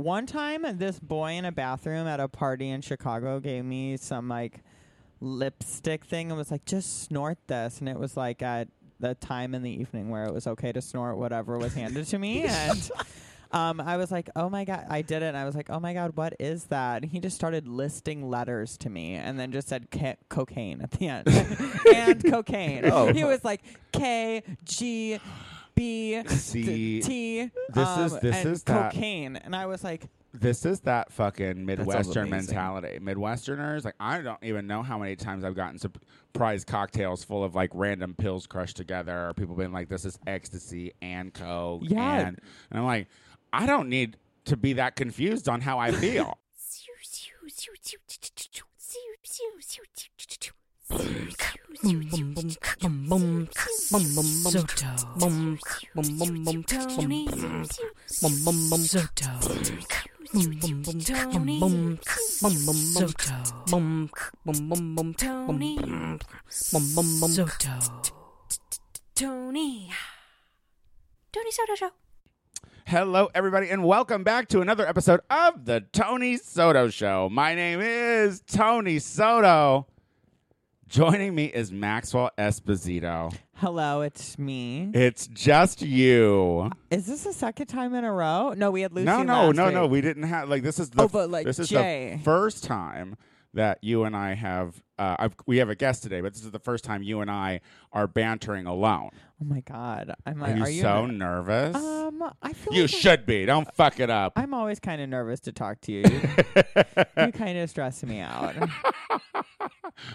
One time, this boy in a bathroom at a party in Chicago gave me some like lipstick thing and was like, just snort this. And it was like at the time in the evening where it was okay to snort whatever was handed to me. And um, I was like, oh my God, I did it. And I was like, oh my God, what is that? And he just started listing letters to me and then just said ca- cocaine at the end. and cocaine. Oh. He was like, K, G, B, See, tea. This um, is- this and is that- cocaine, and I was like, this is that fucking Midwestern amazing. mentality. Midwesterners, like I don't even know how many times I've gotten surprise cocktails full of like random pills crushed together. Or people being like, "This is ecstasy and coke." Yeah. and, and I'm like, I don't need to be that confused on how I feel. Tony. Tony Soto Show. Hello, everybody, and welcome back to another episode of the Tony Soto Show. My name is Tony Soto. Joining me is Maxwell Esposito. "Hello, it's me." It's just you. Is this the second time in a row? No, we had Lucy. no, no, last no, week. no. We didn't have like this is the Oh, but, like, this is Jay. the first time that you and I have uh, I've, we have a guest today, but this is the first time you and I are bantering alone. Oh my god, I'm Are like, you are you? so ner- nervous? um, I feel you like should be. Don't fuck it up. I'm, I'm always kind of nervous to talk to you. You, you kind of stress me out.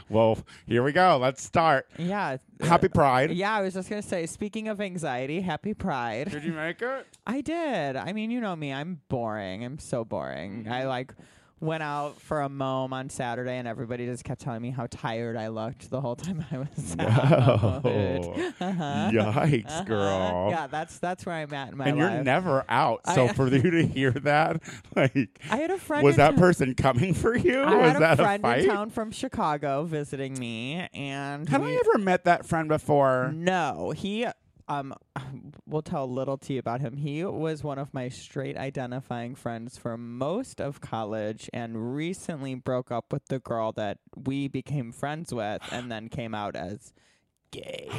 well, here we go. Let's start. Yeah. Happy Pride. Yeah, I was just gonna say. Speaking of anxiety, happy Pride. Did you make it? I did. I mean, you know me. I'm boring. I'm so boring. Mm-hmm. I like went out for a mom on Saturday, and everybody just kept telling me how tired I looked the whole time I was out. Oh. Uh-huh. Yikes, Uh-huh. girl. Yeah, that's that's where I'm at in my and life. you're never out. So I- for you to hear that, like, I had a friend. was in that town- person coming for you? I was had a that friend a fight? in town from Chicago visiting me, and Have we- Mm, I ever met that friend before? No, he. Um, we'll tell a little tea about him. He was one of my straight identifying friends for most of college, and recently broke up with the girl that we became friends with, and then came out as gay.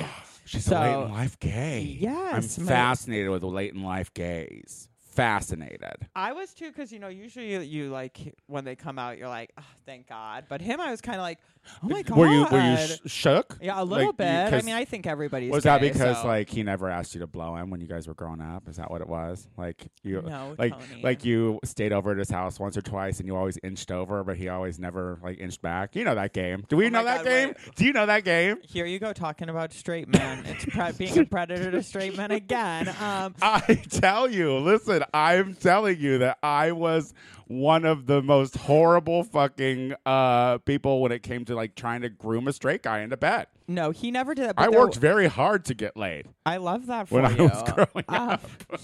She's So- a late in life gay. Yes, I'm my- fascinated with late in life gays. Fascinated. I was too, because you know, usually you, you like when they come out, you're like, oh, thank God. But him, I was kind of like, oh my God. Were you were you sh- shook? yeah, a little Like, you- bit. I 'cause- mean, I think everybody's. was that gay, because so- like he never asked you to blow him when you guys were growing up? Is that what it was? Like you No, like Tony. like you stayed over at his house once or twice and you always inched over, but he always never like inched back. You know that game. Do we Oh my know that God, game? wait. Do you know that game? Here you go talking about straight men. It's pre- being a predator to straight men again. Um, I tell you, listen, I'm telling you that I was one of the most horrible fucking uh, people when it came to like trying to groom a straight guy into bed. no, he never did that. but I there- worked very hard to get laid. I love that for when I you. was growing Uh,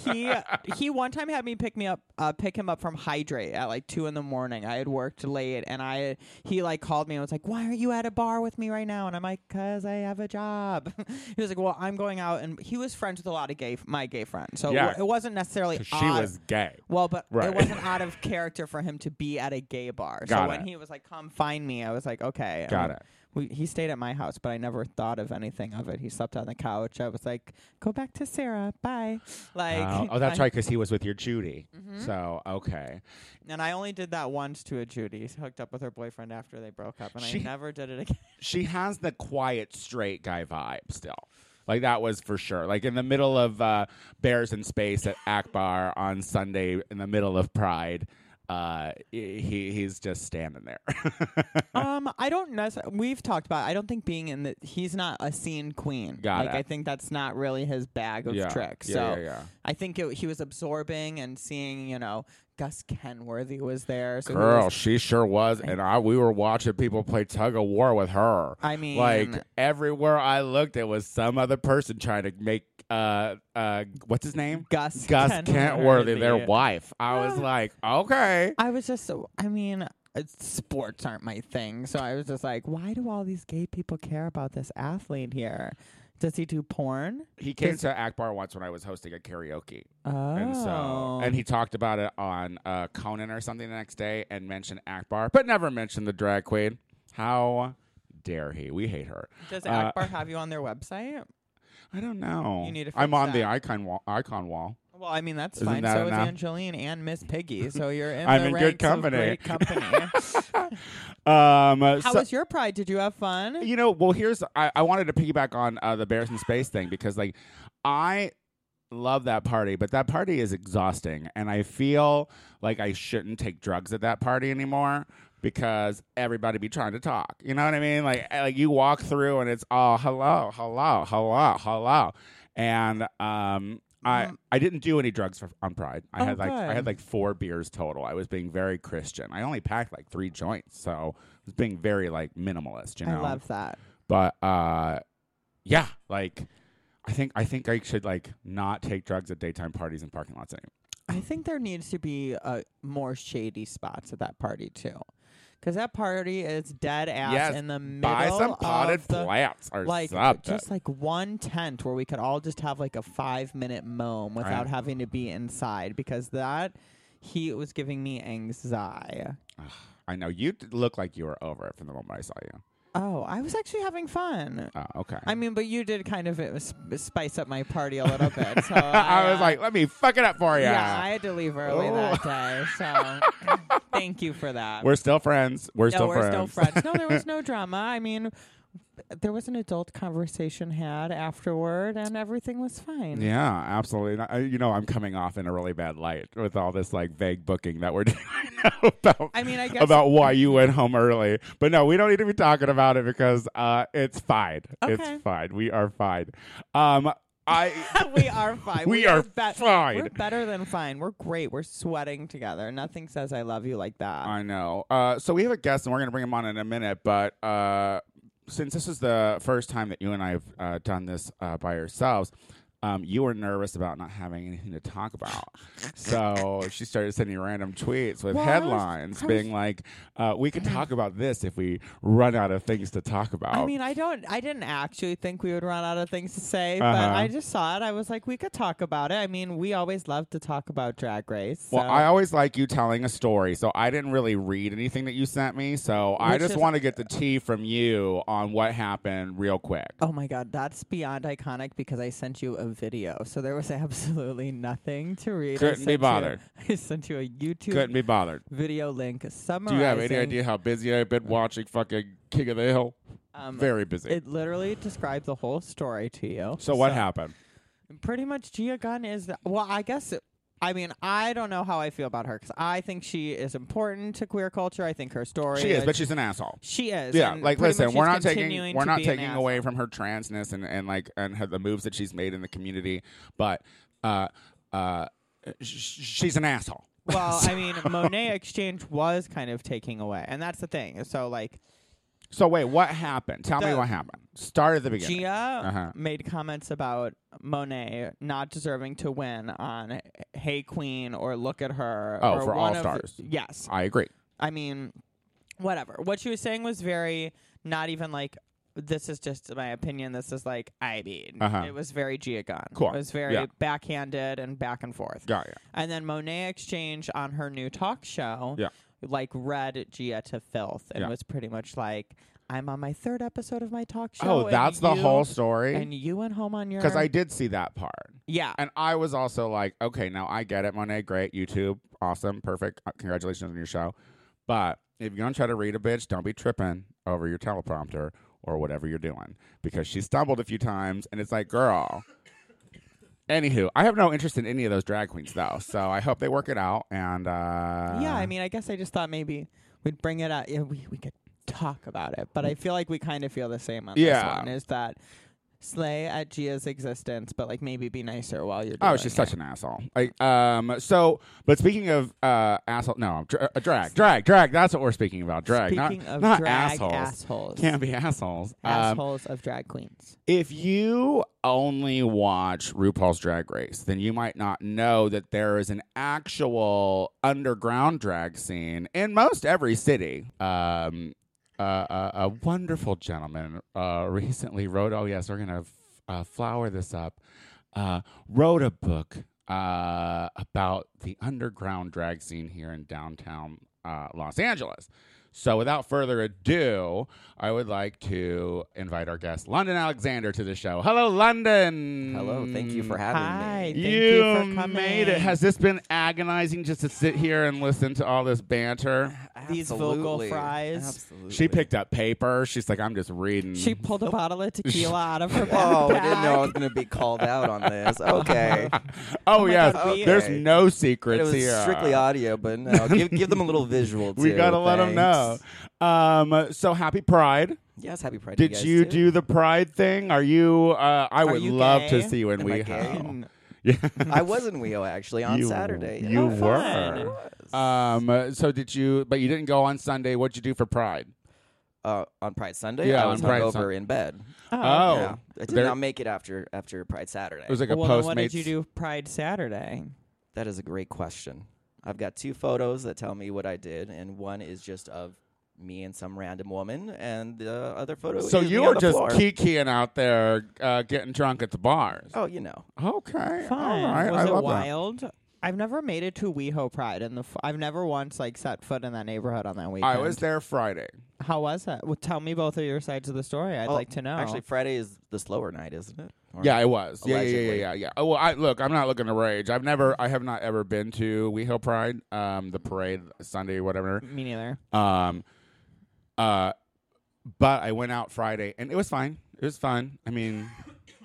he he one time had me pick me up, uh, pick him up from Hydrate at like two in the morning. I had worked late, and I he like called me and was like, "Why are you at a bar with me right now?" And I'm like, "Cause I have a job." he was like, "Well, I'm going out," and he was friends with a lot of gay my gay friends, so it Yeah. wa- it wasn't necessarily 'Cause She odd. was gay. Well, but Right. it wasn't out of character for him to be at a gay bar. so Got when it. he was like, "Come find me," I was like, "Okay." Got Um, it. We, he stayed at my house, but I never thought of anything of it. He slept on the couch. I was like, "Go back to Sarah. Bye." Like, Oh, oh, I- that's Mm-hmm. right, because he was with your Judy. So okay, And I only did that once to a Judy. She hooked up with her boyfriend after they broke up, and She- I never did it again. she has the quiet straight guy vibe still. Like that was for sure. Like in the middle of uh, Bears in Space at Akbar on Sunday, in the middle of Pride, uh, he he's just standing there. um, I don't necessarily. We've talked about. I don't think being in the. He's not a scene queen. Got like it. I think that's not really his bag of Yeah, tricks. yeah, so yeah, yeah. I think it, he was absorbing and seeing. You know, Gus Kenworthy was there. So he Girl, was- she sure was, and I we were watching people play tug of war with her. I mean- like everywhere I looked, it was some other person trying to make uh uh what's his name Gus Gus Kenworthy. Kentworthy their wife. I was like, okay, I was just. so- I mean. uh, Sports aren't my thing, so I was just like, "Why do all these gay people care about this athlete here? Does he do porn? He came Does- to Akbar once when I was hosting a karaoke. Oh. And so, and he talked about it on uh, Conan or something the next day and mentioned Akbar, but never mentioned the drag queen. How dare he? We hate her. Does uh, Akbar have you on their website? I don't know. You need to I'm fix on the that. icon wall. Icon wall. Well, I mean that's Isn't fine. that so enough? is Angeline and Miss Piggy. So you're in. I'm the in good ranks of company. great company. Um, uh, How so- was your pride? Did you have fun? you know, well, here's I, I wanted to piggyback on uh, the Bears in Space thing because, like, I love that party, but that party is exhausting, and I feel like I shouldn't take drugs at that party anymore because everybody be trying to talk. You know what I mean? Like, I- like you walk through and it's all hello, hello, hello, hello, and um. I, Mm. I didn't do any drugs for, on Pride. I Oh, had like I good. had like four beers total. I was being very Christian. I only packed like three joints, so I was being very like minimalist. You know, I love that. but uh yeah like i think i think i should like not take drugs at daytime parties and parking lots I anymore think there needs to be uh, more shady spots at that party too, because that party is dead ass Yes, in the middle. buy some of potted the, plants or like something just like one tent where we could all just have like a five minute moam without having to be inside because that heat was giving me anxiety. i know you d- look like you were over it from the moment i saw you Oh, I was actually having fun. oh okay I mean, but you did kind of uh, sp- spice up my party a little bit. So I, I, was uh, like let me fuck it up for you yeah. I had to leave early Oh. that day. So thank you for that. we're still friends we're no, still we're friends still friends. No, there was no drama. I mean, there was an adult conversation had afterward, and everything was fine. yeah absolutely And I, you know i'm coming off in a really bad light with all this like vague booking that we're doing about I mean, I guess about why you went home early. But no, we don't need to be talking about it because uh, it's fine. Okay. It's fine. We are fine. Um, I we are fine. We are bet- fine. We're better than fine. We're great. We're sweating together. Nothing says I love you like that. I know. Uh, so we have a guest, and we're going to bring him on in a minute. But uh, since this is the first time that you and I have uh, done this uh, by yourselves. Um, you were nervous about not having anything to talk about, so she started sending random tweets with Well, I was- headlines, I was- being like, uh, "We could talk about this if we run out of things to talk about." I mean, I don't. I didn't actually think we would run out of things to say, but Uh-huh. I just saw it. I was like, we could talk about it. I mean, we always love to talk about Drag Race. Well, so- I always like you telling a story, so I didn't really read anything that you sent me. So I Which just is- want to get the tea from you on what happened real quick. Oh my God, that's beyond iconic because I sent you a video. So there was absolutely nothing to read. I Couldn't be sent you- bothered. I sent you a YouTube Couldn't be bothered. video link Do summarizing. you have any idea how busy I've been watching fucking King of the Hill? Um, Very busy. Uh, It literally described the whole story to you. so what happened? Pretty much, Gia Gunn is. The, well, I guess. It, I mean, I don't know how I feel about her because I think she is important to queer culture. I think her story. She is, is- but she's an asshole. she is. Yeah, and like pretty listen, much we're she's not taking continuing we're to not be an taking ass. away from her transness and and like and her, the moves that she's made in the community, but uh uh, sh- sh- she's an asshole. Well, I mean, Monet Exchange was kind of taking away, and that's the thing. So like. So wait, what happened? Tell me The- what happened. Start at the beginning. Gia Uh-huh. made comments about Monet not deserving to win on Hey Queen or Look at Her. Oh, or for one All of the- Stars. yes. I agree. I mean, whatever. What she was saying was very not even like this is just my opinion. This is like I mean, Uh-huh. it was very Gia Gunn. Cool. It was very Yeah. backhanded and back and forth. Got ya. And then Monet Exchange on her new talk show, Yeah. like read Gia to filth and Yeah. was pretty much like, "I'm on my third episode of my talk show." Oh, and that's the you- whole story. And you went home on your Because I did see that part, yeah. and I was also like, okay, now I get it, Monet. Great, YouTube, awesome, perfect. Uh, Congratulations on your show. But if you're gonna try to read a bitch, don't be tripping over your teleprompter or whatever you're doing, because she stumbled a few times, and it's like, girl. Anywho, I have no interest in any of those drag queens though, so I hope they work it out. And uh, yeah, I mean, I guess I just thought maybe we'd bring it up. Yeah, we we could talk about it, but I feel like we kind of feel the same on Yeah. this one. Is that slay at Gia's existence, but like maybe be nicer while you're. Oh, doing she's it. such an asshole. Like, um, so, but speaking of uh, asshole, no, dra- uh, drag, drag, drag. That's what we're speaking about. Drag, not- Speaking not, of drag assholes. assholes. Can't be assholes. Um, assholes of drag queens. if you only watch RuPaul's Drag Race, then you might not know that there is an actual underground drag scene in most every city. Um, uh, a, a wonderful gentleman uh, recently wrote, "Oh yes, we're gonna." f- uh, flower this up, uh, wrote a book uh, about the underground drag scene here in downtown uh, Los Angeles. So, without further ado, I would like to invite our guest, London Alexander, to the show. Hello, London. Hello, thank you for having Hi. me. Thank you for coming. made it. Has this been agonizing just to sit here and listen to all this banter? These vocal Absolutely. fries. Absolutely. She picked up paper. She's like, I'm just reading. She pulled a bottle of tequila out of her backpack. Oh, I didn't know I was going to be called out on this. Okay. oh, my yes. God, we- There's Okay. no But it secrets was here. strictly audio, but no. Give, give them a little visual, too. we got to let them know. Thanks. Um, so happy Pride. Yes, happy Pride to Did guys, you too. do the Pride thing? Are you? Uh, I Are would you love gay? to see when Am we I gay? have. Yeah. I was in WEO, actually, on You- Saturday. you Oh, were. fun. Um, uh, so did you? But you didn't go on Sunday. What'd you do for Pride? Uh, on Pride Sunday, Yeah, I was on Pride hungover Sun- in bed. Oh, Yeah. I did there- not make it after after Pride Saturday. it was like a well, then Postmates. what did you do Pride Saturday? That is a great question. I've got two photos that tell me what I did, and one is just of me and some random woman, and the other photo. So is me you on were the just floor. kikiing out there, uh, getting drunk at the bars. Oh, you know, Okay, Fun. all right. Was I it love that. wild? I've never made it to WeHo Pride, and the f- I've never once like set foot in that neighborhood on that weekend. I was there Friday. How was that? Well, tell me both of your sides of the story. I'd Oh, like to know. Actually, Friday is the slower night, isn't it? Or- Yeah, it was. Yeah, yeah, yeah, Allegedly. yeah, yeah. Oh, well, I look. I'm not looking to rage. I've never. I have not ever been to We Hill Pride, um, the parade Sunday, whatever. me neither. Um, uh, but I went out Friday, and it was fine. It was fun. I mean,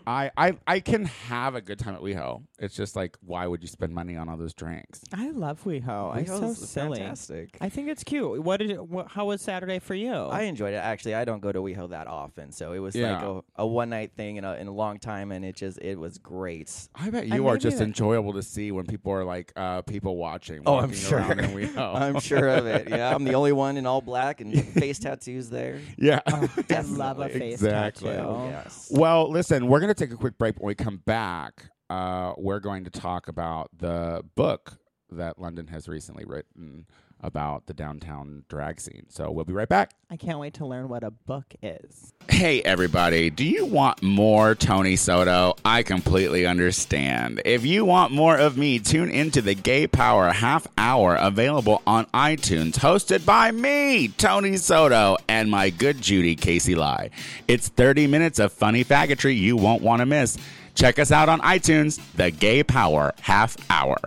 I I I can have a good time at WeHo. It's just like, why would you spend money on all those drinks? I love WeHo. It's so Leo's silly. Fantastic. I think it's cute. What did? Wh- how was Saturday for you? I enjoyed it. Actually, I don't go to WeHo that often, so it was like Yeah. a, a one night thing in a, in a long time, and it just it was great. I bet I you are maybe just that- enjoyable to see when people are like uh, people watching. Oh, I'm walking sure. around in WeHo. I'm sure of it. Yeah, I'm the only one in all black and face tattoos there. Yeah. I love a face Exactly. tattoo. Oh, yes. well, listen, we're going to take a quick break. When we come back, uh, we're going to talk about the book that London has recently written about the downtown drag scene. So we'll be right back. I can't wait to learn what a book is. Hey, everybody, do you want more Tony Soto? I completely understand. If you want more of me, tune into the Gay Power Half Hour available on iTunes, hosted by me, Tony Soto, and my good Judy, Casey Lai. It's 30 minutes of funny faggotry you won't want to miss. Check us out on iTunes, the Gay Power Half Hour.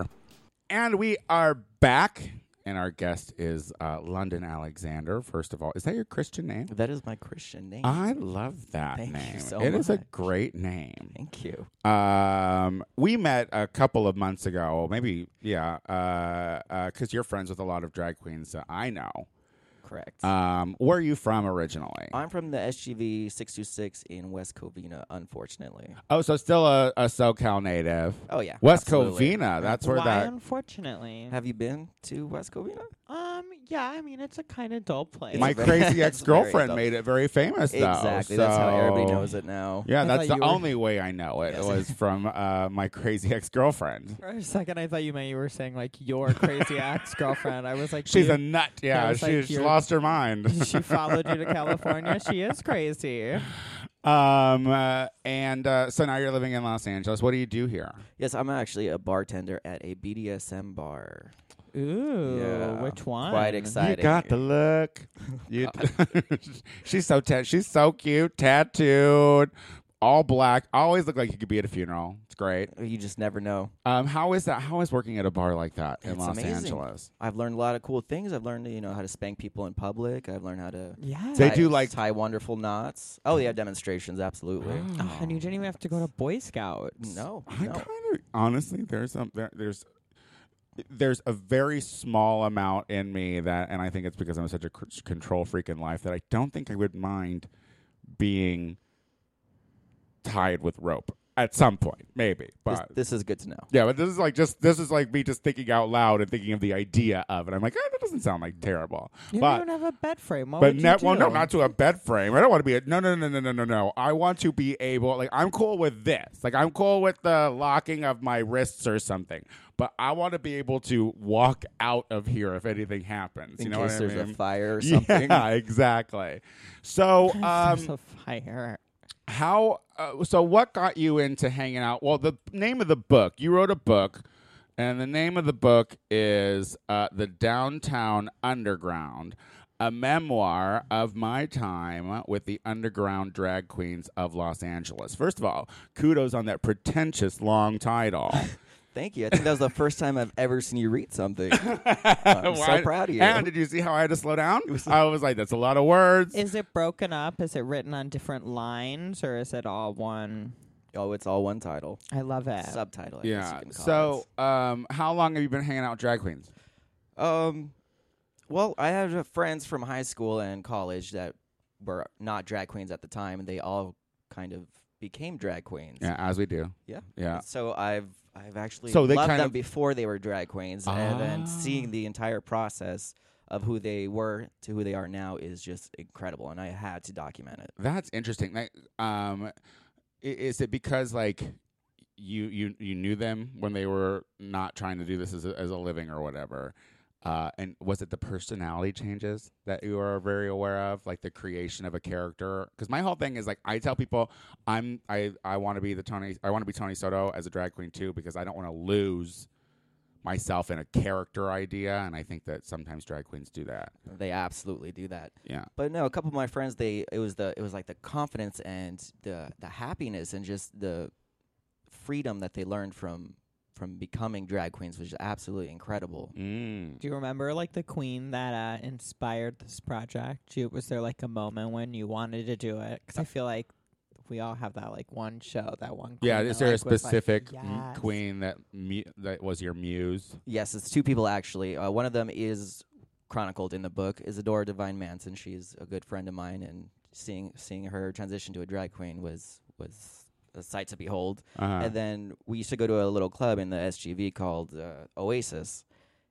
And we are back. And our guest is uh, London Alexander. First of all, is that your Christian name? That is my Christian name. I love that Thank you name. It is so a much. great name. Thank you. Um, we met a couple of months ago, maybe, yeah, because uh, uh 'cause you're friends with a lot of drag queens that I know. Correct. Um, where are you from originally? I'm from the SGV 626 in West Covina, unfortunately. oh, so still a, a SoCal native. Oh, yeah. West absolutely. Covina. That's where Why, that. unfortunately. Have you been to West Covina? Um. Yeah. I mean, it's a kind of dull place. My It's very- it's crazy very ex girlfriend adult. made it very famous, though. exactly. That's how so- everybody knows it now. Yeah, I that's the thought you were- only way I know it. It Yes. was from uh, my crazy ex girlfriend. For a second, I thought you meant you were saying like your crazy ex girlfriend. I was like, She's you- a nut. Yeah, was she, like she your- lost her mind. she followed you to California. She is crazy. Um, uh, and uh, so now you're living in Los Angeles. What do you do here? Yes, I'm actually a bartender at a BDSM bar. Ooh, Yeah. which one? Quite exciting. You got the look. You she's so ta- she's so cute, tattooed, all black. Always look like you could be at a funeral. It's great. You just never know. Um, how is that? How is working at a bar like that in It's Los amazing. Angeles? I've learned a lot of cool things. I've learned, you know, how to spank people in public. I've learned how to Yeah. They tie- do like- tie wonderful knots. Oh, they have demonstrations. Absolutely. Oh, and you didn't even have to go to Boy Scouts. No, I no. kind of honestly, there's some there, there's there's a very small amount in me that, and I think it's because I'm such a c- control freak in life that I don't think I would mind being tied with rope at some point, maybe. This, But this is good to know. yeah, but this is like just this is like me just thinking out loud and thinking of the idea of it. I'm like, eh, that doesn't sound like terrible, You but. don't even have a bed frame. Oh, What But would ne- you well, no, do? not to a bed frame. I don't want to be a no, no, no, no, no, no, no. I want to be able, like, I'm cool with this. Like, I'm cool with the locking of my wrists or something. But I want to be able to walk out of here if anything happens. In you know case what I there's mean? a fire or something. Yeah, exactly. So, There's um, a fire. how uh, so what got you into hanging out well the name of the book you wrote a book and the name of the book is uh, the downtown underground a memoir of my time with the underground drag queens of los angeles first of all kudos on that pretentious long title Thank you. I think that was the first time I've ever seen you read something. I'm Well, so I- proud of you. and did you see how i had to slow down i was like that's a lot of words Is it broken up? Is it written on different lines or is it all one? oh, it's all one title, I love it. subtitle. I guess you yeah can call so um, how long have you been hanging out with drag queens it. um, well, I had uh, friends from high school and college that were not drag queens at the time, and they all kind of became drag queens. yeah as we do Yeah. yeah So I've I've actually So they loved kind them of- before they were drag queens, and Ah. then seeing the entire process of who they were to who they are now is just incredible, and I had to document it. That's interesting. Like, um, i- is it because like you you you knew them when they were not trying to do this as a, as a living or whatever? Uh, and was it the personality changes that you are very aware of, like the creation of a character? Because my whole thing is like I tell people I'm I I want to be the Tony I want to be Tony Soto as a drag queen too because I don't want to lose myself in a character idea, and I think that sometimes drag queens do that. They absolutely do that. Yeah. But no, a couple of my friends, they it was the it was like the confidence and the the happiness and just the freedom that they learned from from becoming drag queens, which is absolutely incredible. Mm. Do you remember like the queen that uh, inspired this project? You, was there like a moment when you wanted to do it? Because I feel like we all have that like one show, that one. Queen Yeah, that, is there a like, was like, specific m- "Yes." queen that mu- that was your muse? Yes, it's two people actually. Uh, one of them is chronicled in the book, Isadora Divine Manson. She's a good friend of mine, and seeing seeing her transition to a drag queen was was a sight to behold. Uh-huh. And then we used to go to a little club in the SGV called uh, Oasis,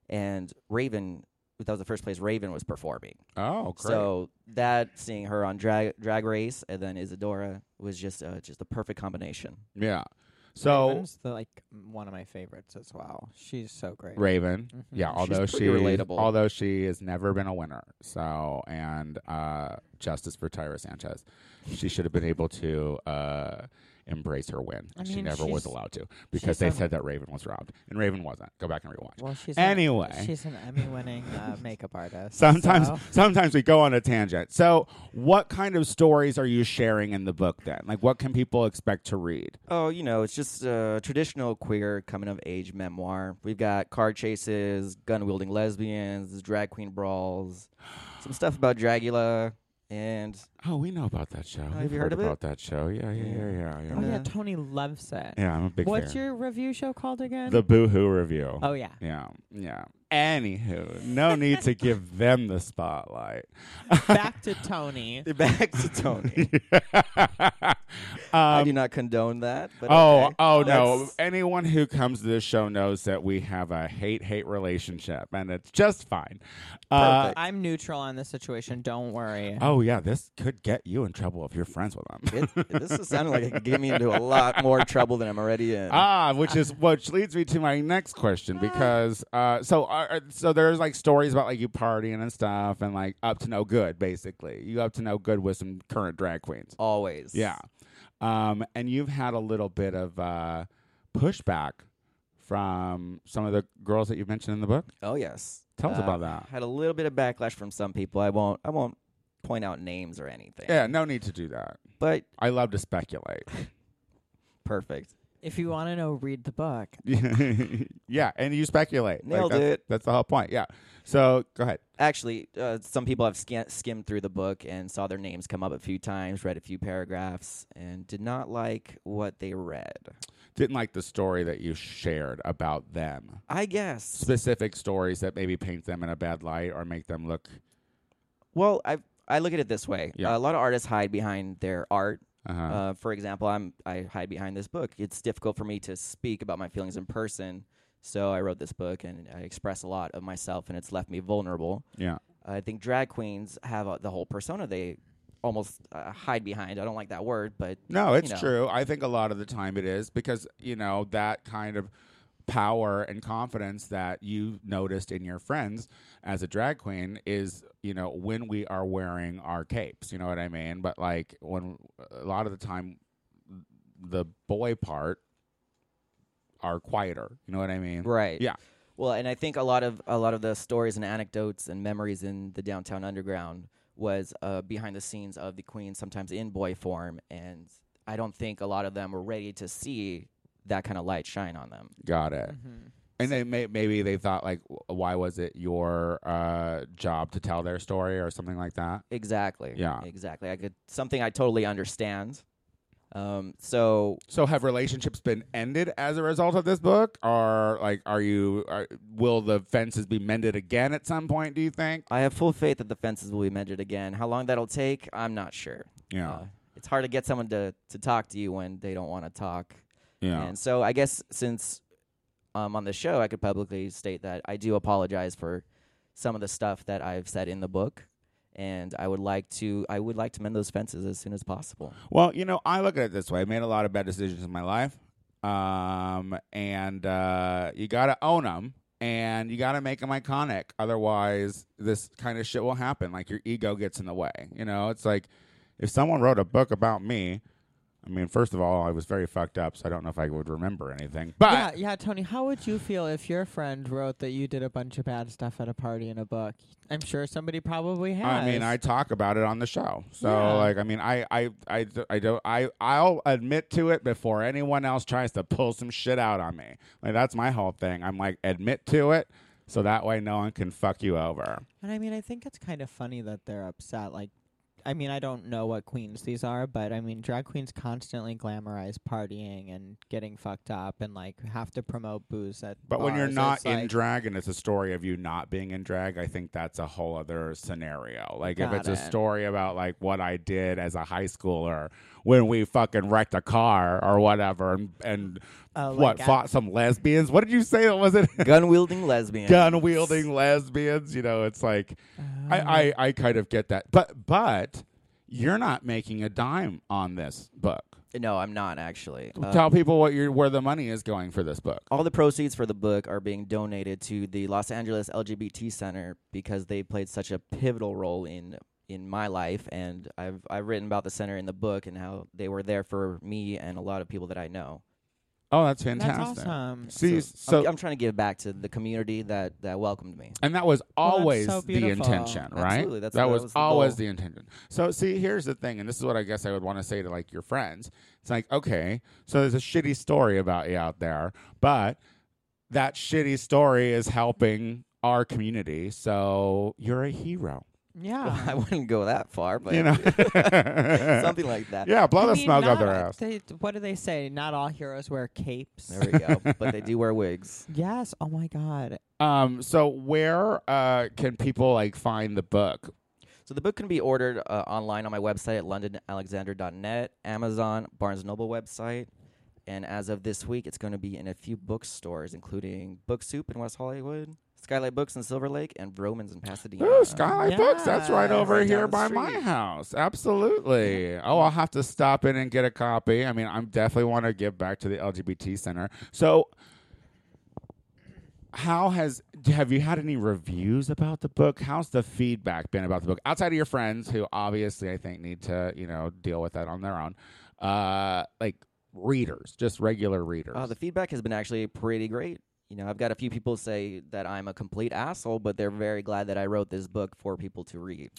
and Raven. That was the first place Raven was performing. oh, great. So that seeing her on drag drag race and then Isadora was just uh, just the perfect combination. yeah. So Raven. Raven's the, like m- one of my favorites as well. She's so great. Mhm. Yeah, She's although pretty she relatable. although she has never been a winner. So and uh, justice for Tyra Sanchez. She should have been able to uh, embrace her win. I she mean, never was she's- allowed to because she's they a- said that Raven was robbed. And Raven wasn't. Go back and rewatch. Well, she's Anyway. An, she's an Emmy-winning uh, makeup artist. Sometimes, so- Oh, sometimes we go on a tangent. So, what kind of stories are you sharing in the book then? Like, what can people expect to read? Oh, you know, it's just a traditional queer coming of age memoir. We've got car chases, gun wielding lesbians, drag queen brawls, some stuff about Dragula, and Oh, we know about that show. have We've you heard of it? about that show? Yeah, yeah, Yeah. yeah, yeah, yeah. Oh yeah, Uh, Tony loves it. Yeah, I'm a big What's fan. your review show called again? the Boohoo review? oh yeah. Yeah, yeah. Anywho, no need to give them the spotlight. Back to Tony. back to Tony. I do um, not condone that. But oh, okay. oh no! That's- Anyone who comes to this show knows that we have a hate-hate relationship, and it's just fine. Uh, Perfect. I'm neutral on this situation. Don't worry. oh yeah, this could get you in trouble if you're friends with them. It, this is sounding like it could get me into a lot more trouble than I'm already in. Ah, which is which leads me to my next question because uh, so are, are- so there's like stories about like you partying and stuff and like up to no good basically. You up to no good with some current drag queens. Always. Yeah, um, and you've had a little bit of uh, pushback from some of the girls that you mentioned in the book. Oh yes. Tell us Uh, about that. Had a little bit of backlash from some people. I won't. I won't point out names or anything. Yeah, no need to do that. But I love to speculate. perfect. If you want to know, read the book. yeah, and you speculate. Like, Nailed that's- it. That's the whole point. Yeah. So go ahead. Actually, uh, some people have skim- skimmed through the book and saw their names come up a few times, read a few paragraphs, and did not like what they read. didn't like the story that you shared about them. I guess. Specific stories that maybe paint them in a bad light or make them look. Well, I I look at it this way. Yeah. a lot of artists hide behind their art. Uh-huh. Uh, for example, I'm I hide behind this book. It's difficult for me to speak about my feelings in person, so I wrote this book and I express a lot of myself, and it's left me vulnerable. yeah. I think drag queens have uh, the whole persona they almost uh, hide behind. I don't like that word, but No, it's know. true. I think a lot of the time it is because, you know, that kind of power and confidence that you noticed in your friends as a drag queen is you know when we are wearing our capes you know what i mean but like when a lot of the time the boy part are quieter you know what i mean Right. yeah Well, and I think a lot of a lot of the stories and anecdotes and memories in the downtown underground was uh, behind the scenes of the Queen, sometimes in boy form, and I don't think a lot of them were ready to see that kind of light shine on them. got it Mm-hmm. and they may, maybe they thought like w- why was it your uh, job to tell their story or something like that Exactly. Yeah. Exactly. I could something I totally understand. Um, so So have relationships been ended as a result of this book, or like are you? Are, will the fences be mended again at some point? Do you think? I have full faith that the fences will be mended again. How long that'll take, I'm not sure. Yeah, Uh, it's hard to get someone to, to talk to you when they don't want to talk. yeah, And so I guess since um, on the show, I could publicly state that I do apologize for some of the stuff that I've said in the book. And I would like to, I would like to mend those fences as soon as possible. Well, you know, I look at it this way: I made a lot of bad decisions in my life, um, and uh, you got to own them, and you got to make them iconic. Otherwise, this kind of shit will happen. Like your ego gets in the way. You know, it's like if someone wrote a book about me. I mean, first of all, I was very fucked up, so I don't know if I would remember anything. But yeah, yeah, Tony. How would you feel if your friend wrote that you did a bunch of bad stuff at a party in a book? I'm sure somebody probably has. I mean, I talk about it on the show. So, Yeah. like, I mean, I, I, I, I don't, I, I'll admit to it before anyone else tries to pull some shit out on me. Like, that's my whole thing. I'm like, admit to it, so that way no one can fuck you over. and I mean, I think it's kind of funny that they're upset. Like, I mean, I don't know what queens these are, but I mean, drag queens constantly glamorize partying and getting fucked up, and like have to promote booze at. But when you're bars. not Oh, It's in like- drag and it's a story of you not being in drag, I think that's a whole other scenario. Like if Got it's a it. story about like what I did as a high schooler when we fucking wrecked a car or whatever and and Oh, what like, I- fought some lesbians. What did you say that was it? Gun wielding lesbian. Gun wielding lesbians, you know, it's like I, I I kind of get that. But but you're not making a dime on this book. No, I'm not actually. Uh, Tell people what you where the money is going for this book. all the proceeds for the book are being donated to the Los Angeles LGBT Center because they played such a pivotal role in in my life and I've I've written about the center in the book and how they were there for me and a lot of people that I know. Oh, that's That's fantastic. awesome. See, So so I'm, I'm trying to give back to the community that that welcomed me. And that was that's always so the beautiful. intention, right? Absolutely, that's- that, that was, was the always goal. the intention. So, see, here's the thing, and this is what I guess I would want to say to like your friends. It's like, okay, so there's a shitty story about you out there, but that shitty story is helping our community. So you're a hero, yeah. I wouldn't go that far, but Ah. you know, something like that. Yeah, blow I the mean, smoke not out their a- ass. They, what do they say? Not all heroes wear capes. There we go. But they do wear wigs. Yes. Oh my God. Um, so where uh can people like find the book? So the book can be ordered uh, online on my website at londonalexander.net, Amazon, Barnes Noble website, and as of this week, it's going to be in a few bookstores, including Book Soup in West Hollywood, Skylight Books in Silver Lake, and Vroman's in Pasadena. Ooh, Skylight Books. That's right yeah, over right here down by the my street. house. Absolutely. Oh, I'll have to stop in and get a copy. I mean, I am definitely want to give back to the LGBT Center. So, how has have you had any reviews about the book? How's the feedback been about the book outside of your friends, who obviously I think need to you know deal with that on their own? Uh, like readers, just regular readers. Uh, the feedback has been actually pretty great. You know, I've got a few people say that I'm a complete asshole, but they're very glad that I wrote this book for people to read.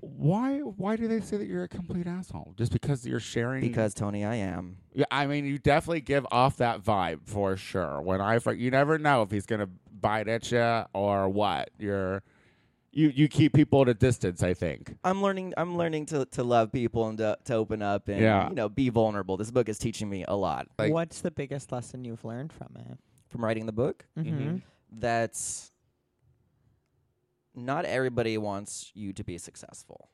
why why do they say that you're a complete asshole? Just because you're sharing Because, Tony, I am. Yeah, I mean, you definitely give off that vibe for sure. When I, fir- you never know if he's gonna bite at you or what. You're, you you keep people at a distance. I think. I'm learning. I'm learning to, to love people and to, to open up and Yeah. you know be vulnerable. This book is teaching me a lot Like- What's the biggest lesson you've learned from it? from writing the book. Mm-hmm. That's not everybody wants you to be successful,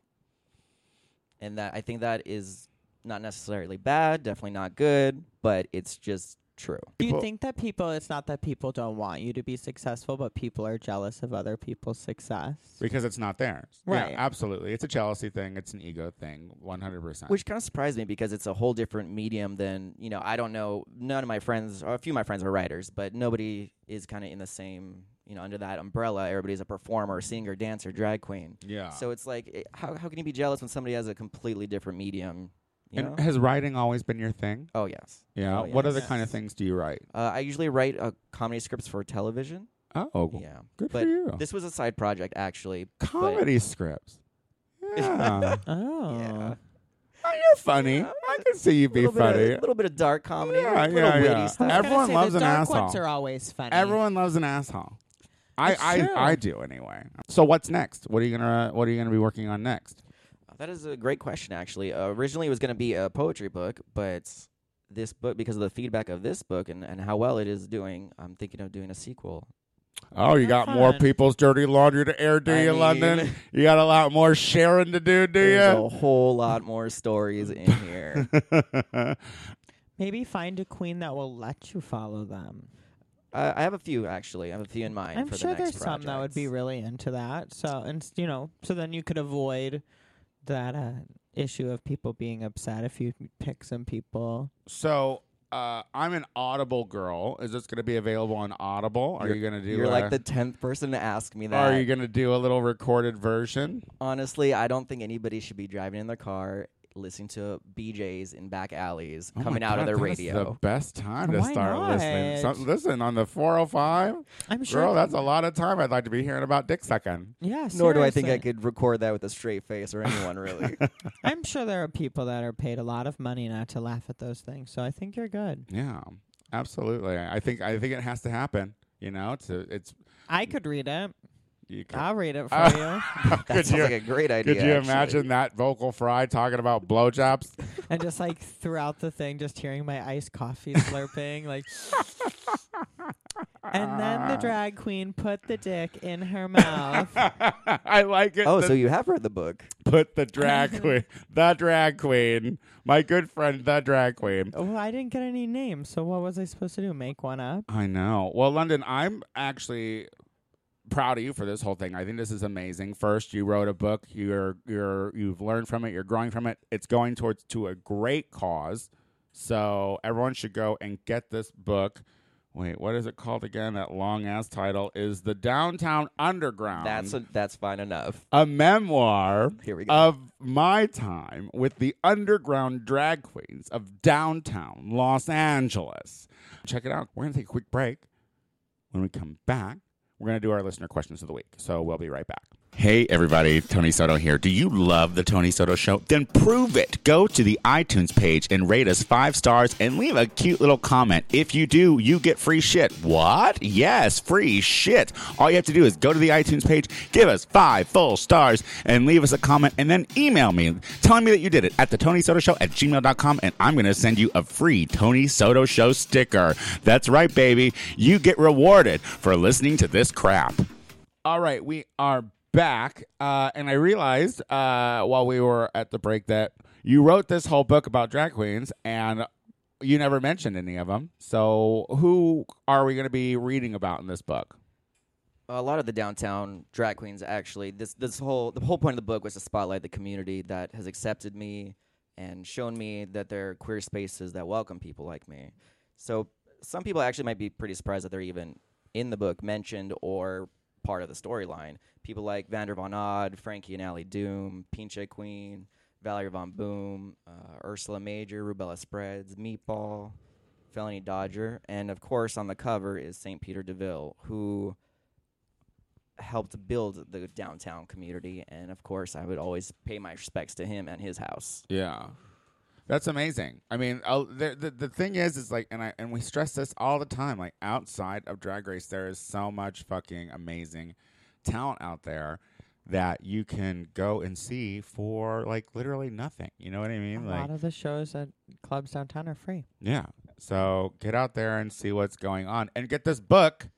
and that I think that is not necessarily bad. Definitely not good, but it's just true. Do you People- think that people? It's not that people don't want you to be successful, but people are jealous of other people's success. because it's not theirs. Yeah, Right. absolutely. It's a jealousy thing. It's an ego thing. One hundred percent. Which kind of surprised me because it's a whole different medium than, you know, I don't know, none of my friends, or a few of my friends are writers, but nobody is kind of in the same, you know, under that umbrella. Everybody's a performer, singer, dancer, drag queen. yeah. So it's like, it, how, how can you be jealous when somebody has a completely different medium? You and know? has writing always been your thing? oh, yes. Yeah. Oh, What other yes. kind of things do you write? Uh, I usually write uh, comedy scripts for television. Oh, Yeah. good but for you. This was a side project, actually. but- Comedy scripts. Yeah. Oh, Yeah. Oh, you're funny. Yeah. I can see you be little funny. Bit of, little bit of dark comedy, Yeah, a little yeah, witty yeah. stuff. Every- Everyone loves the an dark ones asshole. are always funny. Everyone loves an asshole. I, It's true. I, I do anyway. So what's next? What are you gonna What are you gonna be working on next? That is a great question, actually. Uh, originally, it was going to be a poetry book, but this book, because of the feedback of this book and, and how well it is doing, I'm thinking of doing a sequel. Oh, you Have got more fun. people's dirty laundry to air, do I you, mean- London? You got a lot more sharing to do, do There's a you? whole lot more stories in here. Maybe find a queen that will let you follow them. uh, I have a few, actually. I have a few in mind. I'm for sure the next there's some that would be projects. really into that. So and s- you know, so then you could avoid that uh, issue of people being upset if you pick some people. so uh, I'm an Audible girl. Is this gonna be available on Audible? Are You're- you gonna do? You're a, like the tenth person to ask me that. Are you gonna do a little recorded version? Honestly, I don't think anybody should be driving in their car listening to BJ's in back alleys Oh my coming out God, of their that is radio. the best time to Why start listening. not? So- listen on the 405. I'm sure. Girl, that's a lot of time. I'd like to be hearing about dick sucking. yeah. Nor do I think I seriously. could record that with a straight face or anyone really. I'm sure there are people that are paid a lot of money not to laugh at those things. So I think you're good. Yeah, absolutely. I think I think it has to happen. You know, to it's. I could read it. You c- I'll read it for Uh, you. Ah, That could sounds you like a great idea. could you actually. imagine that vocal fry talking about blowjobs? And just like throughout the thing, just hearing my iced coffee slurping, like. And then the drag queen put the dick in her mouth. I like it. Oh, that so you have read the book. put the drag queen, the drag queen, my good friend, the drag queen. well, I didn't get any names, so what was I supposed to do? Make one up? I know. Well, London, I'm actually proud of you for this whole thing. I think this is amazing. First, you wrote a book. You're you're you've learned from it. You're growing from it. It's going towards to a great cause. So everyone should go and get this book. Wait, what is it called again? That long ass title is the Downtown Underground. That's a, that's fine enough. a memoir Here we go. of my time with the underground drag queens of downtown Los Angeles. Check it out. We're going to take a quick break. When we come back, we're going to do our listener questions of the week. So we'll be right back. Hey, everybody, Tony Soto here. Do you love The Tony Soto Show? Then prove it. Go to the iTunes page and rate us five stars and leave a cute little comment. If you do, you get free shit. What? Yes, free shit. All you have to do is go to the iTunes page, give us five full stars, and leave us a comment, and then email me telling me that you did it at the Tony Soto Show at gmail.com, and I'm going to send you a free Tony Soto Show sticker. That's right, baby. You get rewarded for listening to this crap. All right, we are back, uh, and I realized uh, while we were at the break that you wrote this whole book about drag queens, and you never mentioned any of them. So, who are we going to be reading about in this book? a lot of the downtown drag queens actually this this whole the whole point of the book was to spotlight the community that has accepted me and shown me that there are queer spaces that welcome people like me so some people actually might be pretty surprised that they're even in the book mentioned or part of the storyline people like vander von odd frankie and ali doom pinche queen valerie von boom uh, ursula major rubella spreads meatball felony dodger and of course on the cover is st peter deville who helped build the downtown community and of course i would always pay my respects to him and his house Yeah. That's amazing. I mean, uh, the, the the thing is, is like, and I and we stress this all the time. Like outside of Drag Race, there is so much fucking amazing talent out there that you can go and see for like literally nothing. You know what I A mean? like lot of the shows at clubs downtown are free. Yeah. So get out there and see what's going on and get this book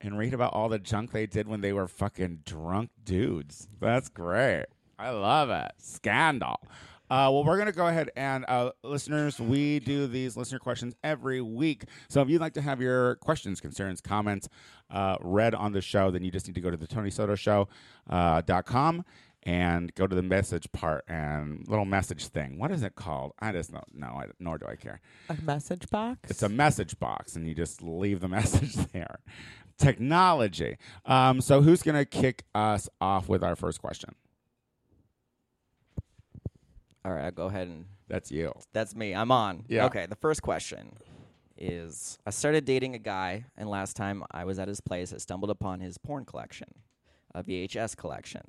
and read about all the junk they did when they were fucking drunk dudes. That's great. I love it. Scandal. Uh, well, we're going to go ahead and uh, listeners, we do these listener questions every week. So if you'd like to have your questions, concerns, comments uh, read on the show, then you just need to go to the Tony Soto Show uh, dot com and go to the message part and little message thing. What is it called? I just don't know. I, nor do I care. A message box. It's a message box, and you just leave the message there. Technology. Um, so, who's going to kick us off with our first question? All right, I'll go ahead and That's you. That's me. I'm on. Yeah. Okay. The first question is I started dating a guy, and last time I was at his place, I stumbled upon his porn collection, a VHS collection,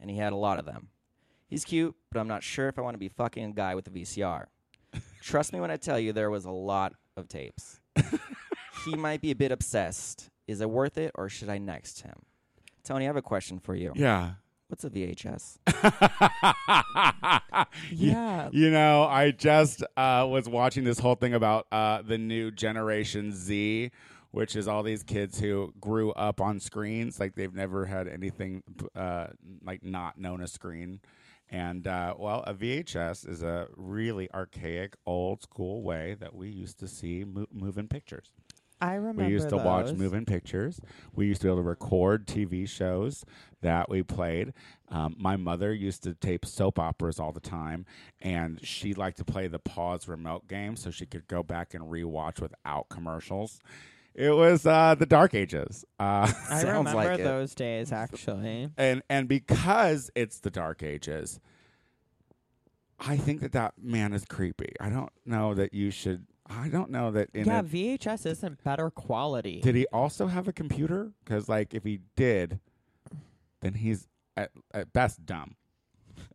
and he had a lot of them. He's cute, but I'm not sure if I want to be fucking a guy with a VCR. Trust me when I tell you there was a lot of tapes. he might be a bit obsessed. Is it worth it, or should I next him? Tony, I have a question for you. Yeah. What's a VHS? yeah. You know, I just uh, was watching this whole thing about uh, the new Generation Z, which is all these kids who grew up on screens, like they've never had anything uh, like not known a screen. And uh, well, a VHS is a really archaic, old school way that we used to see mo- moving pictures. I remember. We used to watch those. moving pictures. We used to be able to record TV shows that we played. Um, my mother used to tape soap operas all the time, and she liked to play the pause remote game so she could go back and rewatch without commercials. It was uh, the dark ages. Uh, I Sounds remember like it. those days actually. and and because it's the dark ages i think that that man is creepy i don't know that you should i don't know that in yeah, a, VHS isn't better quality. did he also have a computer because like if he did then he's at, at best dumb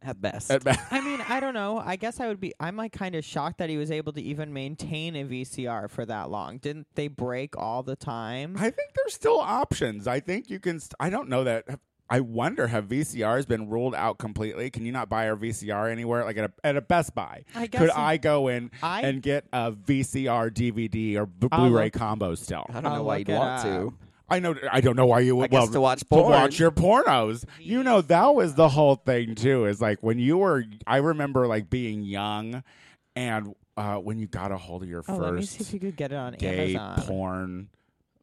At best. at best I mean, I don't know. I guess I would be. I'm like kind of shocked that he was able to even maintain a VCR for that long. Didn't they break all the time? i think there's still options i think you can st- i don't know that i wonder have vcrs been ruled out completely can you not buy a vcr anywhere like at a, at a best buy I guess could you- i go in I- and get a vcr dvd or b- I'll blu-ray look- combo still I don't I'll know why look you'd it want up. to. I know. I don't know why you. I well, guess to watch To porn. watch your pornos. You know that was the whole thing too. Is like when you were. I remember like being young, and uh, when you got a hold of your oh, let me see if first you could get it on gay Amazon. porn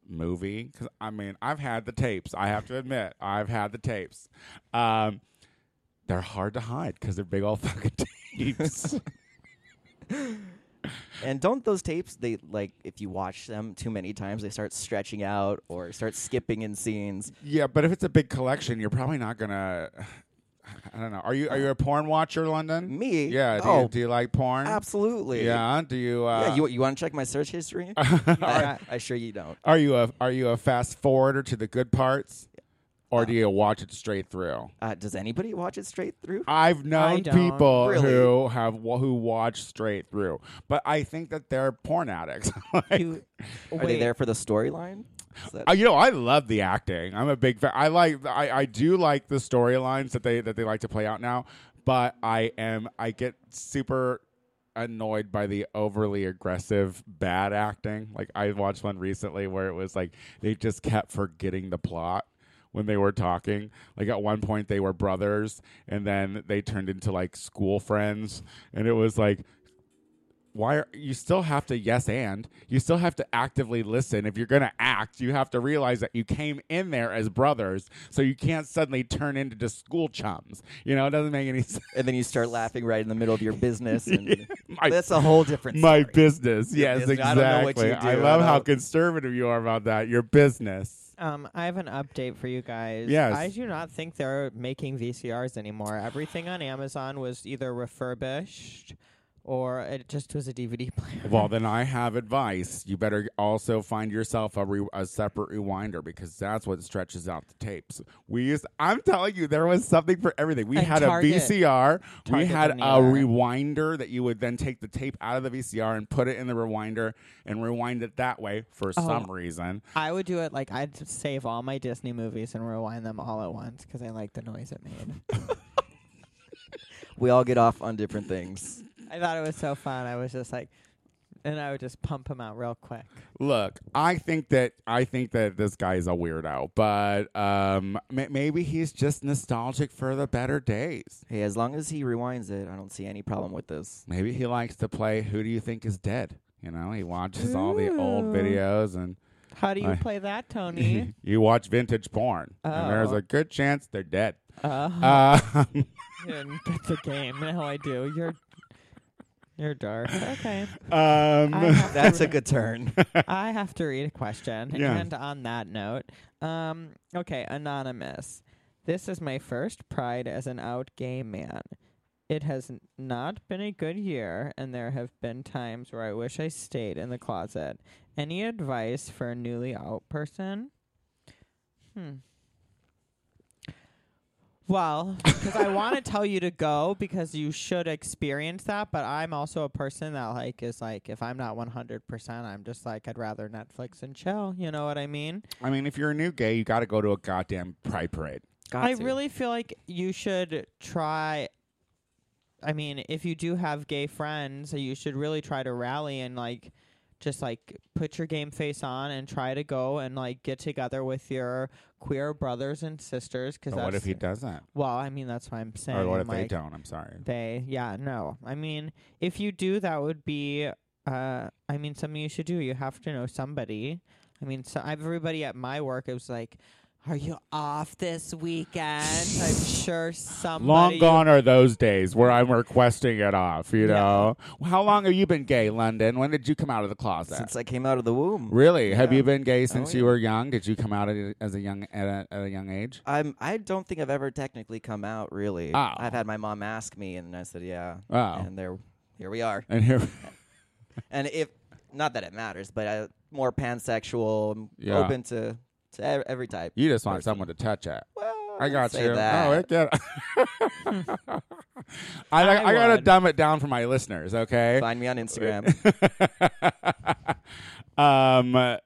movie. Because I mean, I've had the tapes. I have to admit, I've had the tapes. Um, they're hard to hide because they're big old fucking tapes. And don't those tapes they like if you watch them too many times they start stretching out or start skipping in scenes. yeah, but if it's a big collection, you're probably not gonna. I don't know. Are you are you a porn watcher, London? Me? Yeah. Do, you, Oh. do you like porn? Absolutely. Yeah. Do you? Uh, yeah, you you want to check my search history? I, I sure you don't. are you a are you a fast forwarder to the good parts, or do you watch it straight through? Uh, does anybody watch it straight through? I've known don't. people Really? who have wa- who watch straight through, but I think that they're porn addicts. Like, You, Are they wait, there for the storyline? Is that- uh, you know, I love the acting. I'm a big fan. I like I, I do like the storylines that they that they like to play out now, but I am I get super annoyed by the overly aggressive bad acting. Like I watched one recently where it was like they just kept forgetting the plot when they were talking. Like at one point they were brothers and then they turned into like school friends and it was like why are you still have to yes and you still have to actively listen if you're going to act you have to realize that you came in there as brothers so you can't suddenly turn into just school chums you know it doesn't make any sense and then you start laughing right in the middle of your business and My- that's a whole different my story. business Your yes business. I exactly don't know what you I do. love I how don't- conservative you are about that your business Um, I have an update for you guys. Yes. I do not think they're making VCRs anymore. Everything on Amazon was either refurbished or it just was a DVD player. well then i have advice you better also find yourself a, re- a separate rewinder because that's what stretches out the tapes we used i'm telling you there was something for everything we And had Target- a vcr we Target had a in the air. rewinder that you would then take the tape out of the vcr and put it in the rewinder and rewind it that way for Oh. some reason I would do it like I'd save all my Disney movies and rewind them all at once because I like the noise it made. We all get off on different things. I thought it was so fun. I was just like, and I would just pump him out real quick. Look, I think that I think that this guy's a weirdo, but um, ma- maybe he's just nostalgic for the better days. Hey, as long as he rewinds it, I don't see any problem with this. Maybe he likes to play Who Do You Think Is Dead? You know, he watches all the old Hmm. videos and How do you I- play that, Tony? you watch vintage porn. And there's Oh. a good chance they're dead. uh, Uh, didn't get the game. Now I do. You're you're dark. Okay. I um, have to That's a read- good turn. I have to read a question. Yeah. And on that note, um, okay, anonymous. This is my first pride as an out gay man. It has n- not been a good year, and there have been times where I wish I stayed in the closet. Any advice for a newly out person? Hmm. Well, because I want to tell you to go because you should experience that, but I'm also a person that like is like if I'm not 100%, I'm just like I'd rather Netflix and chill, you know what I mean? I mean, if you're a new gay, you got to go to a goddamn pride parade. Got I to. really feel like you should try I mean, if you do have gay friends, you should really try to rally and like just like put your game face on and try to go and like get together with your queer brothers and sisters cuz But what if he doesn't? well, I mean that's what I'm saying. Or what if I'm they like, don't? I'm sorry. They, yeah, no. I mean, if you do, that would be, uh, I mean, something you should do. You have to know somebody. I mean, so everybody at my work it was like, "Are you off this weekend?" I'm sure somebody. Long gone are those days where I'm requesting it off, you Yeah. know? How long have you been gay, London? When did you come out of the closet? Since I came out of the womb. really? Have Yeah. you been gay since Oh, yeah. you were young? Did you come out at, as a young at a, at a young age? I'm. I don't think I've ever technically come out. Really, Oh. I've had my mom ask me, and I said, "Yeah." Oh. And there, here we are. And here And if not that it matters, but I, more pansexual, I'm Yeah. open to to ev- every type. you just want Person. someone to touch it. Well, I got say you. That. Oh, it get. I, I, I gotta would. dumb it down for my listeners. Okay. Find me on Instagram. um, uh,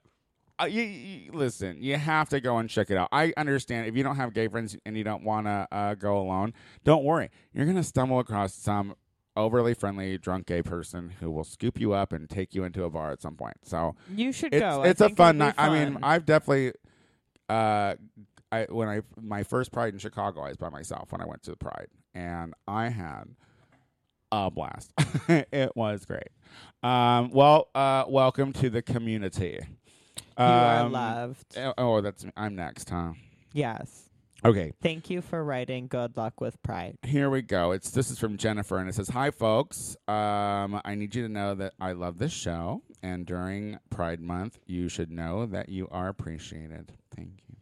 you, you- listen, you have to go and check it out. I understand if you don't have gay friends and you don't want to uh, go alone, don't worry. You're going to stumble across some overly friendly drunk gay person who will scoop you up and take you into a bar at some point. So You should it's, go. I it's a think it'd fun be night. I mean, fun. I've definitely. Uh, I, when I my first pride in Chicago, I was by myself when I went to the pride, and I had a blast. it was great. Um, well, uh, welcome to the community. you are Um, loved. oh, Oh, that's me. I'm next, huh? yes. Okay, Thank you for writing. Good luck with Pride. here we go. It's this is from Jennifer, and it says, "Hi, folks. Um, I need you to know that I love this show, and during Pride Month, you should know that you are appreciated. Thank you.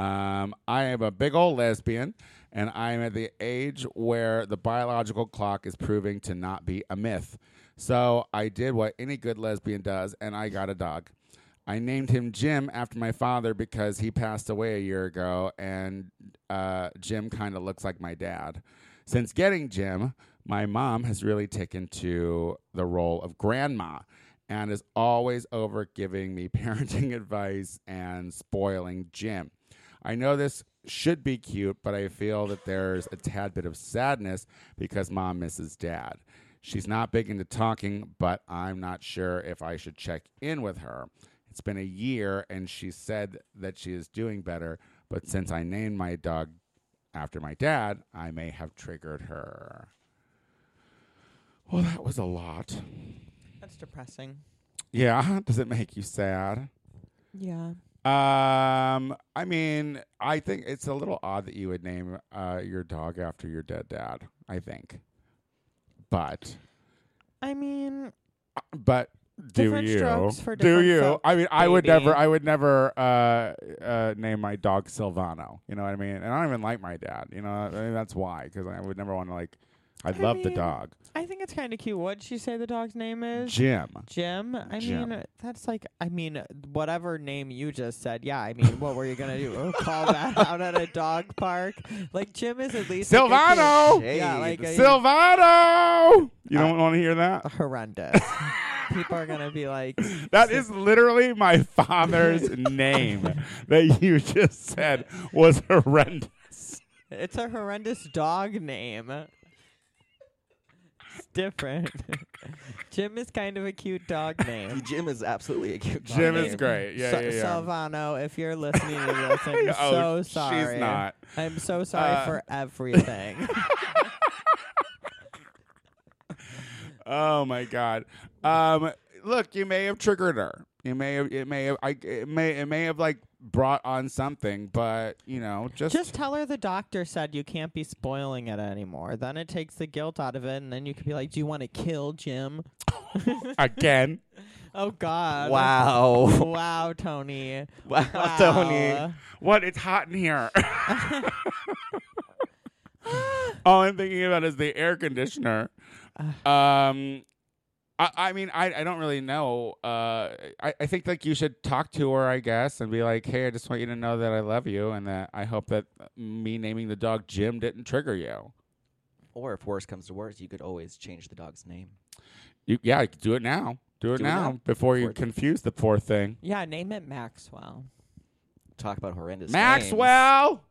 Um, I am a big old lesbian, and I am at the age where the biological clock is proving to not be a myth. So I did what any good lesbian does, and I got a dog." I named him Jim after my father because he passed away a year ago, and uh, Jim kind of looks like my dad. Since getting Jim, my mom has really taken to the role of grandma and is always over giving me parenting advice and spoiling Jim. I know this should be cute, but I feel that there's a tad bit of sadness because mom misses dad. She's not big into talking, but I'm not sure if I should check in with her. It's been a year, and she said that she is doing better, but since I named my dog after my dad, I may have triggered her. Well, that was a lot. That's depressing. Yeah, does it make you sad? Yeah. Um, I mean, I think it's a little odd that you would name uh, your dog after your dead dad. I think, but I mean, but do Different you strokes for do different you? folks, I mean, I would baby. never, I would never uh, uh, name my dog Silvano. You know what I mean? And I don't even like my dad. You know, I mean, that's why because I would never want to like. I I love the mean, uh, dog, I think it's kind of cute. What did she say the dog's name is? Jim. Jim, I Jim. mean, uh, that's like, I mean, whatever name you just said. Yeah, I mean, what were you gonna do? Oh, Call that out at a dog park? Like Jim is at least like, a kid. Silvano, Yeah, like a, Silvano. You don't want to hear that. horrendous. People are gonna be like, That is literally my father's name that you just said was horrendous. it's a horrendous dog name. It's different. Jim is kind of a cute dog name. Jim is absolutely a cute Jim dog is name. great. Yeah, Sa- yeah, yeah. Salvano, if you're listening to this, I'm oh, so sorry. She's not. I'm so sorry Uh, for everything. Oh my god. Um, look, you may have triggered her. You may have. It may have. I. It may. It may have like brought on something, but you know, just. Just tell her the doctor said you can't be spoiling it anymore. Then it takes the guilt out of it, and then you could be like, "Do you want to kill Jim?" again. Oh God! Wow. wow, Tony. wow, Wow. Tony. What? It's hot in here. All I'm thinking about is the air conditioner. Um, I, I mean, I, I don't really know. Uh, I, I think like you should talk to her, I guess, and be like, hey, I just want you to know that I love you, and that I hope that me naming the dog Jim didn't trigger you. Or if worse comes to worse, you could always change the dog's name. You yeah, do it now. Do it, Do it now, now. before you Before it- confuse the poor thing. Yeah, name it Maxwell. Talk about horrendous. names. Maxwell,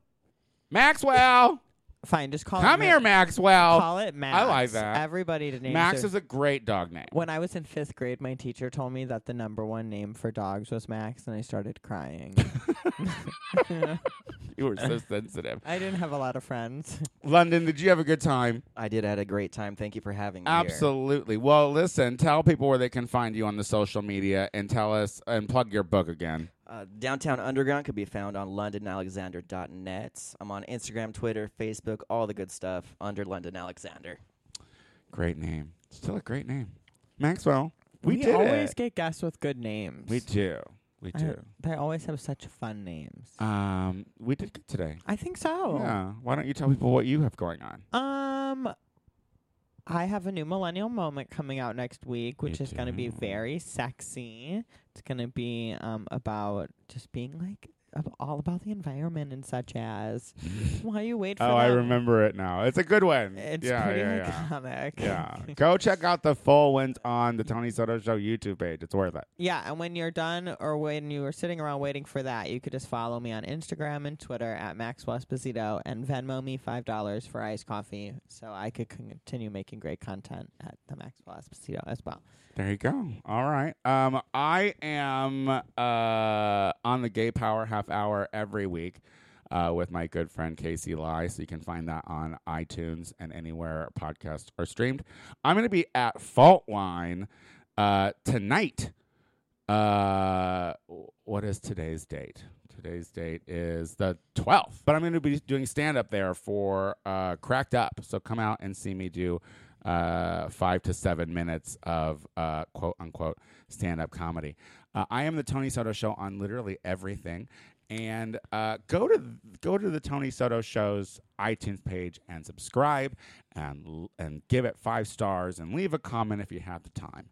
Maxwell, Fine, just call. come it here, Maxwell. Call it Max. I like that. Everybody to name Max their- is a great dog name. When I was in fifth grade, my teacher told me that the number one name for dogs was Max, and I started crying. You were so sensitive. I didn't have a lot of friends. London, did you have a good time? I did had a great time. Thank you for having me. here. Absolutely. Well, listen, tell people where they can find you on the social media and tell us and plug your book again. Uh, Downtown Underground could be found on londonalexander.net. I'm on Instagram, Twitter, Facebook, all the good stuff under London Alexander. Great name. Still a great name. Maxwell, we, did always it. get guests with good names. we do. We I- do. they always have such fun names. Um, we did good today. I think so. Yeah. Why don't you tell people what you have going on? Um, I have a new millennial moment coming out next week, which You is going to be do. very sexy. It's going to be um about just being like ab- all about the environment and such as why you wait for. Oh, I that- remember it now. It's a good one. It's yeah, pretty yeah, yeah. iconic. Yeah. Go check out the full ones on the Tony Soto Show YouTube page. It's worth it. Yeah, and when you're done or when you are sitting around waiting for that, you could just follow me on Instagram and Twitter at Max Esposito and Venmo me five dollars for iced coffee so I could continue making great content at the Maxwell Esposito as well. There you go. All right. Um, I am uh, on the Gay Power Half Hour every week uh, with my good friend Casey Lai. So you can find that on iTunes and anywhere podcasts are streamed. I'm going to be at Fault Line uh, tonight. Uh, what is today's date? Today's date is the 12th, but I'm going to be doing stand up there for uh, Cracked Up. So come out and see me do uh, five to seven minutes of uh, quote unquote stand up comedy. Uh, I am the Tony Soto Show on literally everything. And uh, go to go to the Tony Soto Show's iTunes page and subscribe and l- and give it five stars and leave a comment if you have the time,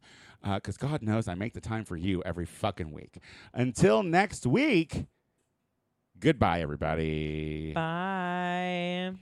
because God knows I make the time for you every fucking week. Until next week, goodbye, everybody. Bye.